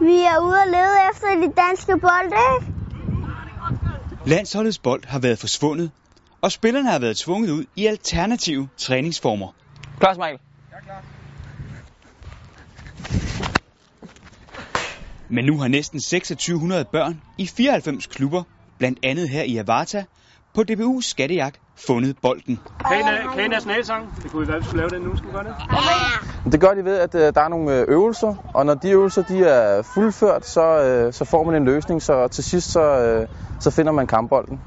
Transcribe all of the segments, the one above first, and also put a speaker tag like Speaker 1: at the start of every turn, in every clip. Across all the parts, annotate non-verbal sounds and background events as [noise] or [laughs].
Speaker 1: Vi er ude og lede efter de danske bolde.
Speaker 2: Landsholdets bold har været forsvundet, og spillerne har været tvunget ud i alternative træningsformer.
Speaker 3: Klar, Michael?
Speaker 2: Men nu har næsten 2600 børn i 94 klubber, blandt andet her i Avarta, på DBU's skattejagt fundet bolden.
Speaker 4: Kan I, na- kan I nationalsangen? Det kunne I være, vi skulle lave den nu, skulle vi gøre det?
Speaker 3: Det gør de ved, at øh, der er nogle øh, øvelser, og når de øvelser de er fuldført, så, øh, så får man en løsning, så til sidst så, øh, så finder man kampbolden.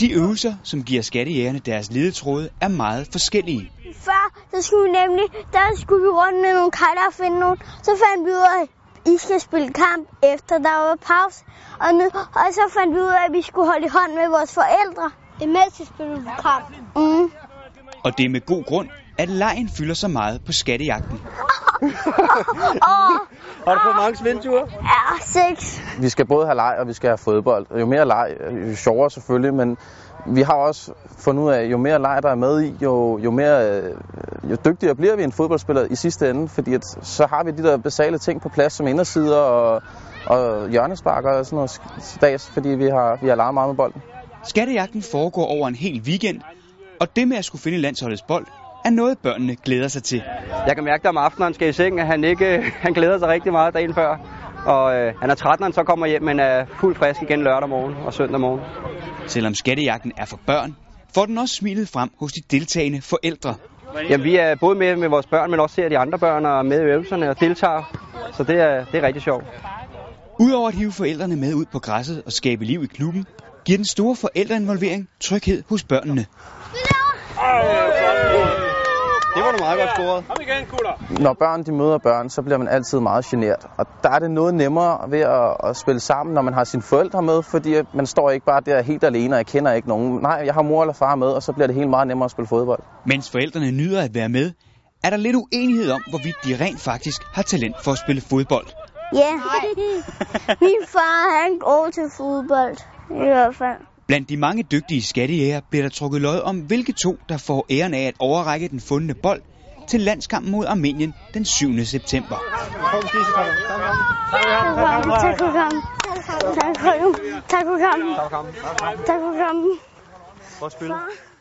Speaker 2: De øvelser, som giver skattejægerne deres ledetråde, er meget forskellige.
Speaker 1: Før, så skulle vi nemlig, der skulle vi rundt med nogle kajter og finde nogen. Så fandt vi ud af, at I skal spille kamp, efter der var pause. Og, nu, og så fandt vi ud af, at vi skulle holde i hånd med vores forældre. Imens vi spillede kamp. Mm.
Speaker 2: Og det er med god grund, at lejen fylder så meget på skattejagten.
Speaker 1: Og
Speaker 5: Har du fået mange svindture?
Speaker 1: er seks.
Speaker 3: Vi skal både have leg, og vi skal have fodbold. Jo mere leg, øh, jo sjovere selvfølgelig, men vi har også fundet ud af, at jo mere leg, der er med i, jo, jo, mere, øh, jo dygtigere bliver vi en fodboldspiller i sidste ende, fordi at, så har vi de der basale ting på plads, som indersider og, og hjørnesparker og sådan noget stads, fordi vi har, vi har leget meget med bolden.
Speaker 2: Skattejagten foregår over en hel weekend, og det med at skulle finde landsholdets bold, er noget børnene glæder sig til.
Speaker 5: Jeg kan mærke, at om aftenen, når han skal i seng, at han, ikke, [laughs] han glæder sig rigtig meget dagen før. Og øh, han er træt, når han så kommer hjem, men er fuldt frisk igen lørdag morgen og søndag morgen.
Speaker 2: Selvom skattejagten er for børn, får den også smilet frem hos de deltagende forældre.
Speaker 5: Jamen, vi er både med med vores børn, men også ser de andre børn og er med i øvelserne og deltager. Så det er, det er rigtig sjovt.
Speaker 2: Udover at hive forældrene med ud på græsset og skabe liv i klubben, giver den store forældreinvolvering tryghed hos børnene.
Speaker 5: Det var da meget godt scoret.
Speaker 4: Kom igen, gutter!
Speaker 3: Når børn de møder børn, så bliver man altid meget genert. Og der er det noget nemmere ved at, at spille sammen, når man har sine forældre med, fordi at man står ikke bare der helt alene, og jeg kender ikke nogen. Nej, jeg har mor eller far med, og så bliver det helt meget nemmere at spille fodbold.
Speaker 2: Mens forældrene nyder at være med, er der lidt uenighed om, hvorvidt de rent faktisk har talent for at spille fodbold.
Speaker 1: Ja. Min far, han er god til fodbold. I hvert fald.
Speaker 2: Blandt de mange dygtige skattejæger bliver der trukket lod om, hvilke to, der får æren af at overrække den fundne bold til landskampen mod Armenien den 7. september.
Speaker 1: Tak for kampen. Tak for kampen. Tak for kampen. Tak for kampen. Tak for kampen.
Speaker 5: Godt spillet.
Speaker 1: Far.